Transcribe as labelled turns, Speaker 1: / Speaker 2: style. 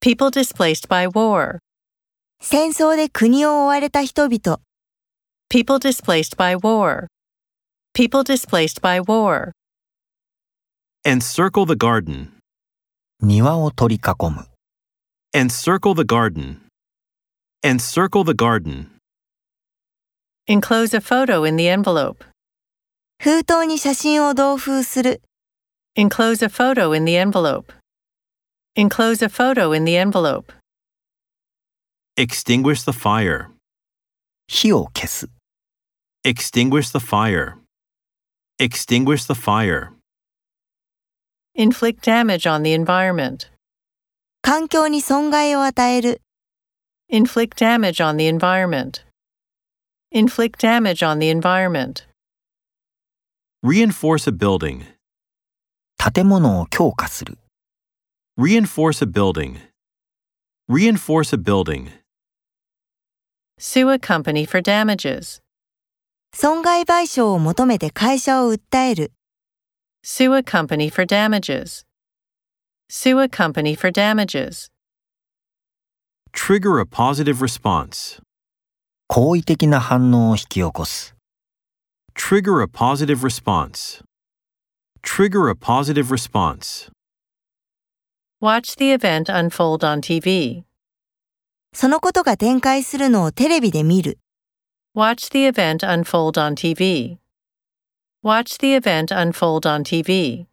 Speaker 1: people displaced by war,
Speaker 2: 戦争で国を追われた人々、
Speaker 1: people displaced by war, people displaced by war.
Speaker 3: Encircle the garden.
Speaker 4: 庭を取り囲む
Speaker 3: Encircle the garden. Encircle the garden.
Speaker 1: Enclose a photo in the envelope.
Speaker 2: 封筒に写真を同封する、
Speaker 1: Enclose a photo in the envelope. Enclose a photo in the envelope.
Speaker 3: Extinguish the fire.
Speaker 4: 火を消す
Speaker 3: Extinguish the fire. Extinguish the fire.
Speaker 1: Inflict damage on the environment.
Speaker 2: 環境に損害を与える、
Speaker 1: Inflict damage on the environment. Inflict damage on the environment.
Speaker 3: Reinforce a building.
Speaker 4: 建物を強化する
Speaker 3: Reinforce a building. Reinforce a building.
Speaker 1: Sue a company for damages.
Speaker 2: 損害賠償を求めて会社を訴える、
Speaker 1: Sue a company for damages. Sue a company for damages.
Speaker 3: Trigger a positive response.
Speaker 4: 好意的な反応を引き起こす
Speaker 3: Trigger a positive response. Trigger a positive response.
Speaker 1: Watch the event unfold on TV.
Speaker 2: そのことが展開するのをテレビで見る、
Speaker 1: Watch the event unfold on TV. Watch the event unfold on TV.